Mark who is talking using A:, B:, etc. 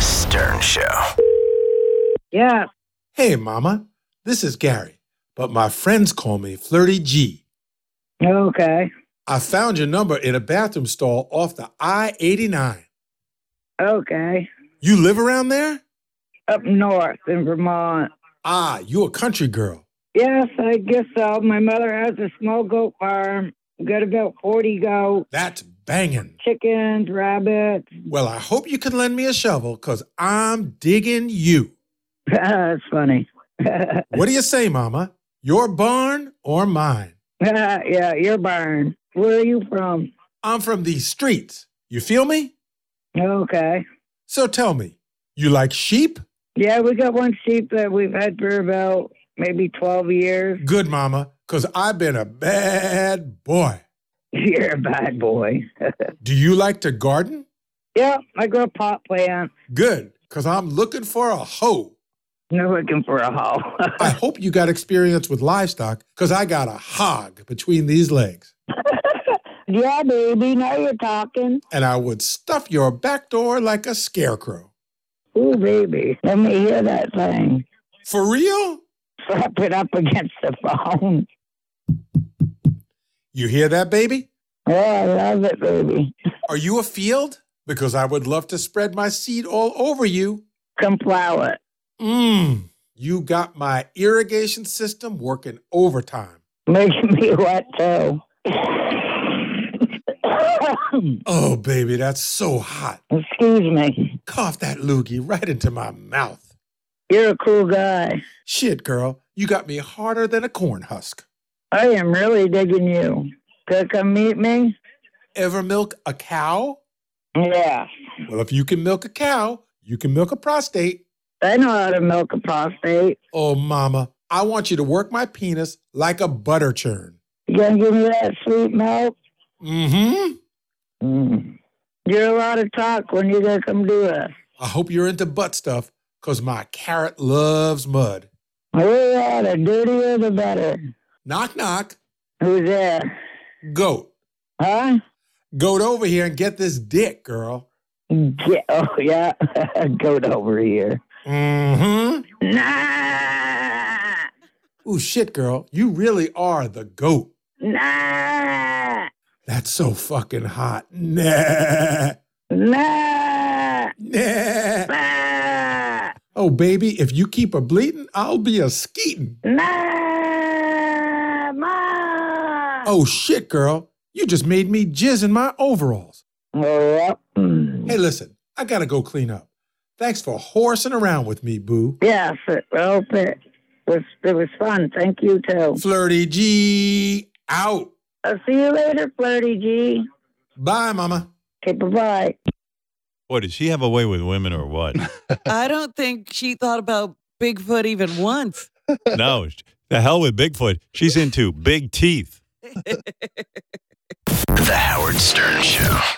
A: Stern Show.
B: Yeah.
C: Hey, Mama. This is Gary, but my friends call me Flirty G.
B: Okay.
C: I found your number in a bathroom stall off the I 89.
B: Okay.
C: You live around there?
B: Up north in Vermont.
C: Ah, you a country girl.
B: Yes, I guess so. My mother has a small goat farm. Got about 40 goats,
C: That's banging.
B: chickens, rabbits.
C: Well, I hope you can lend me a shovel because I'm digging you.
B: That's funny.
C: What do you say, Mama? Your barn or mine?
B: yeah, your barn. Where are you from?
C: I'm from these streets. You feel me?
B: Okay.
C: So tell me, you like sheep?
B: Yeah, we got one sheep that we've had for about maybe 12 years.
C: Good, Mama, because I've been a bad boy.
B: You're a bad boy.
C: Do you like to garden?
B: yeah, I grow pot plants.
C: Good, because I'm looking for a hoe.
B: You're looking for a hoe.
C: I hope you got experience with livestock, because I got a hog between these legs.
B: yeah, baby, now you're talking.
C: And I would stuff your back door like a scarecrow.
B: Ooh, baby, let me hear that thing.
C: For real?
B: Slap it up against the phone.
C: You hear that, baby?
B: Oh, I love it, baby.
C: Are you a field? Because I would love to spread my seed all over you.
B: Come plow it.
C: Mmm. You got my irrigation system working overtime.
B: Making me wet, too.
C: Oh, baby, that's so hot.
B: Excuse me.
C: Cough that loogie right into my mouth.
B: You're a cool guy.
C: Shit, girl, you got me harder than a corn husk.
B: I am really digging you. Could come meet me?
C: Ever milk a cow?
B: Yeah.
C: Well, if you can milk a cow, you can milk a prostate.
B: I know how to milk a prostate.
C: Oh, mama, I want you to work my penis like a butter churn.
B: You gonna give me that sweet milk?
C: Mm hmm.
B: Mm. You're a lot of talk when you gonna come do it.
C: I hope you're into butt stuff, because my carrot loves mud.
B: Oh, yeah, the dirtier the better.
C: Knock, knock.
B: Who's there?
C: Goat.
B: Huh?
C: Goat over here and get this dick, girl.
B: Yeah, oh, yeah. Goat over here.
C: Mm hmm.
B: Nah!
C: Ooh, shit, girl. You really are the goat.
B: Nah!
C: That's so fucking hot. Nah.
B: Nah!
C: Nah.
B: Nah!
C: Oh, baby, if you keep a bleating, I'll be a skeeting.
B: Nah! Ma!
C: Oh, shit, girl. You just made me jizz in my overalls.
B: Oh, yeah. Mm.
C: Hey, listen, I gotta go clean up. Thanks for horsing around with me, boo.
B: Yes, it, well, it was, it was fun. Thank you, too.
C: Flirty G out.
B: I'll see you later, Flirty G.
C: Bye, mama.
B: Okay, bye-bye.
D: Boy, did she have a way with women or what?
E: I don't think she thought about Bigfoot even once.
D: no, sh- the hell with Bigfoot. She's into big teeth.
A: The Howard Stern Show.